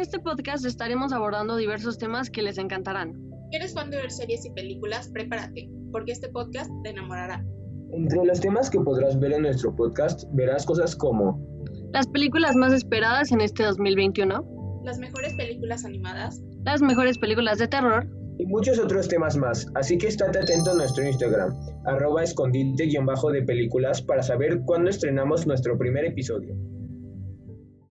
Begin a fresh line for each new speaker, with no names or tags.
este podcast estaremos abordando diversos temas que les encantarán.
Si eres fan de ver series y películas, prepárate, porque este podcast te enamorará.
Entre los temas que podrás ver en nuestro podcast, verás cosas como
Las películas más esperadas en este 2021,
Las mejores películas animadas,
las mejores películas de terror,
y muchos otros temas más, así que estate atento a nuestro Instagram, arroba escondite-de películas para saber cuándo estrenamos nuestro primer episodio.